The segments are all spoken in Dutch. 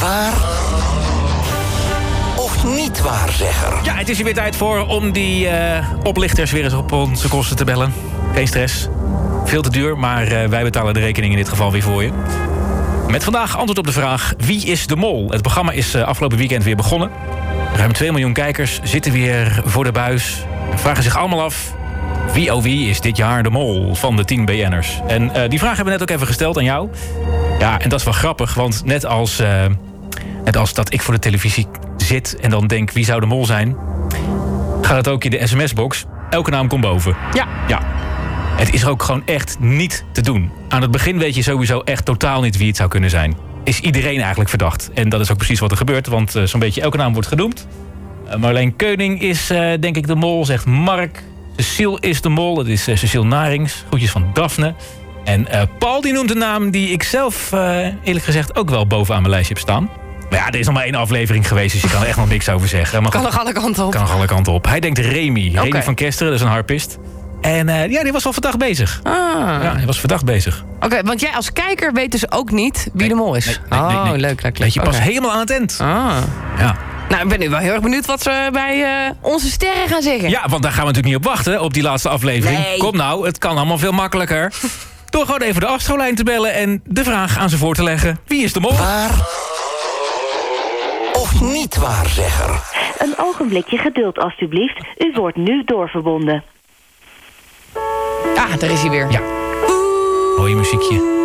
Waar of niet waar zeggen? Ja, het is hier weer tijd voor om die eh, oplichters weer eens op onze kosten te bellen. Geen stress. Veel te duur, maar eh, wij betalen de rekening in dit geval weer voor je. Met vandaag antwoord op de vraag: wie is de mol? Het programma is eh, afgelopen weekend weer begonnen. Ruim 2 miljoen kijkers zitten weer voor de buis. en Vragen zich allemaal af: wie oh wie is dit jaar de mol van de 10 BN'ers? En eh, die vraag hebben we net ook even gesteld aan jou. Ja, en dat is wel grappig, want net als, eh, net als dat ik voor de televisie zit en dan denk wie zou de mol zijn, gaat het ook in de sms-box. Elke naam komt boven. Ja. ja. Het is er ook gewoon echt niet te doen. Aan het begin weet je sowieso echt totaal niet wie het zou kunnen zijn. Is iedereen eigenlijk verdacht. En dat is ook precies wat er gebeurt, want eh, zo'n beetje elke naam wordt genoemd. Eh, Marleen Keuning is eh, denk ik de mol, zegt Mark. Cecile is de mol, dat is eh, Cecile Narings. Groetjes van Daphne. En eh, Paul die noemt een naam die ik zelf eh, eerlijk gezegd ook wel bovenaan mijn lijstje heb staan. Maar ja, er is nog maar één aflevering geweest, dus je kan er echt nog niks over zeggen. Maar Kan goed, nog alle kanten op. kan nog alle kanten op. Hij denkt Remy. Remy Oké. van Kesteren, dat is een harpist. En eh, ja, die was wel verdacht bezig. Ah. Ja, hij was verdacht bezig. Oké, want jij als kijker weet dus ook niet wie de mol is. nee, nee, oh, nee. leuk, leuk, leuk. Weet je, pas Oké. helemaal aan het eind. Ah. Ja. Nou, ik ben nu wel heel erg benieuwd wat ze bij eh, onze sterren gaan zeggen. ja, want daar gaan we natuurlijk niet op wachten, op die laatste aflevering. Nee. Kom nou, het kan allemaal veel makkelijker. Door gewoon even de afstrolijn te bellen en de vraag aan ze voor te leggen. Wie is de mol? Waar of niet waar zeggen? Een ogenblikje geduld alstublieft. U wordt nu doorverbonden. Ah, daar is hij weer. Ja. Mooie muziekje.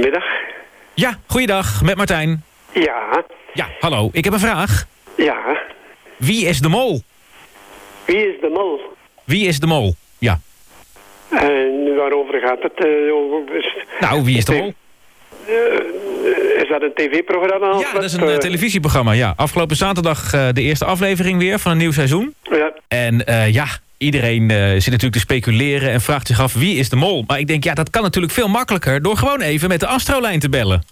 Middag. Ja, goeiedag, met Martijn. Ja, Ja, hallo, ik heb een vraag. ja. Wie is de mol? Wie is de mol? Wie is de mol? Ja. En waarover gaat het? Eh, over- is, eh, Nou, wie is de mol? is dat een tv-programma? of Ja, wat? dat is een eh, Eh, televisieprogramma. Ja. Afgelopen zaterdag eh, de eerste aflevering weer van een nieuw seizoen. Ja, En eh, ja, iedereen eh, zit natuurlijk te speculeren en vraagt zich af wie is de mol. Maar ik denk, ja, dat kan natuurlijk veel makkelijker door gewoon even met de astrolijn te bellen.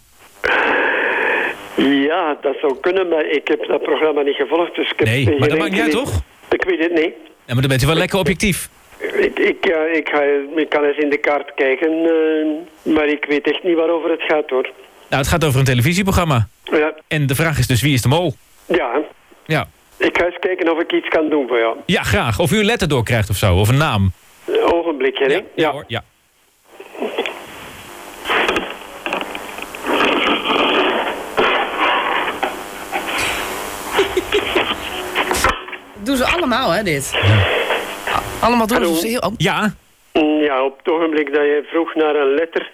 ja, dat zou kunnen, maar ik heb dat programma niet gevolgd. Dus ik heb Nee, maar geen dat maakt niet uit, idee. toch? Ik weet het niet. Ja, maar dan bent u wel lekker objectief. Ik, ik, ja, ik, ga, ik kan eens in de kaart kijken, eh, maar ik weet echt niet waarover het gaat, hoor. Nou, het gaat over een televisieprogramma. Ja, En de vraag is dus wie is de mol? ja. Ja, Ik ga eens kijken of ik iets kan doen voor jou. ja graag. Of u een letter doorkrijgt of zo, of een naam. Een ogenblikje, hè? hoor, ja. Doen ze allemaal, hè, dit? Ah, Allemaal doen Hallo. ze heel... Oh, Ja, Mm, Ja, op het ogenblik dat je vroeg naar een letter,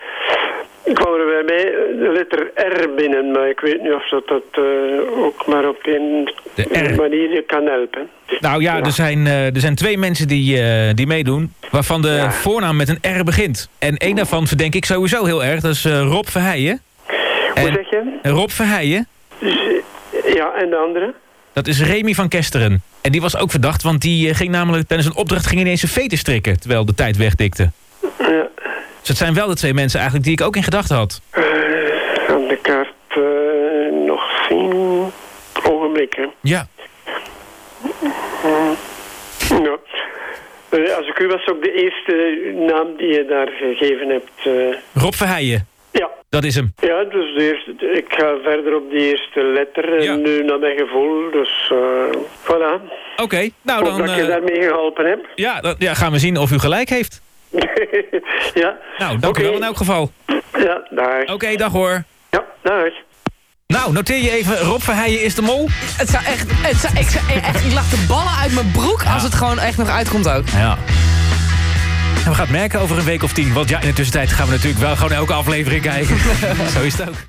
kwam er bij mij de letter R binnen. Maar ik weet niet of dat, dat eh, ook maar op een De R. manier je kan helpen. nou ja, er zijn, eh, er zijn twee mensen die, eh, die meedoen... waarvan de voornaam met een R begint. En één daarvan verdenk ik sowieso heel erg. Dat is eh, Rob Verheijen. Hoe En- zeg je? Rob Verheijen, Ja, en de andere? Dat is Remy van Kesteren. En die was ook verdacht, want die eh, ging namelijk tijdens een opdracht ging ineens een veten strikken, terwijl de tijd wegdikte. Ja, Dus het zijn wel de twee mensen eigenlijk die ik ook in gedachten had. aan de kaart eh, nog zien. Ogenblik, hè. Ja. Ja. Eh, Als ik u was, ook de eerste naam die je daar gegeven hebt. eh, Rob Verheijen, ja. dat is hem. Ja, dus de eerste, ik ga verder op die eerste letter en Ja. nu naar mijn gevoel. Dus eh voilà. Oké, nou Ik dan, hoop dat je eh, daarmee geholpen hebt. ja, dan ja, gaan we zien of u gelijk heeft. ja. Nou, dank u wel Oké. in elk geval. Oké, Ja, dag. dag hoor. Ja, dag. Nou, noteer je even, Rob Verheijen is de mol. het zou echt... Het zou, ik, zou echt ik lag de ballen uit mijn broek als het gewoon echt nog uitkomt ook. Ja. En we gaan het merken over een week of tien. Want ja, in de tussentijd gaan we natuurlijk wel gewoon elke aflevering kijken. Zo is het ook.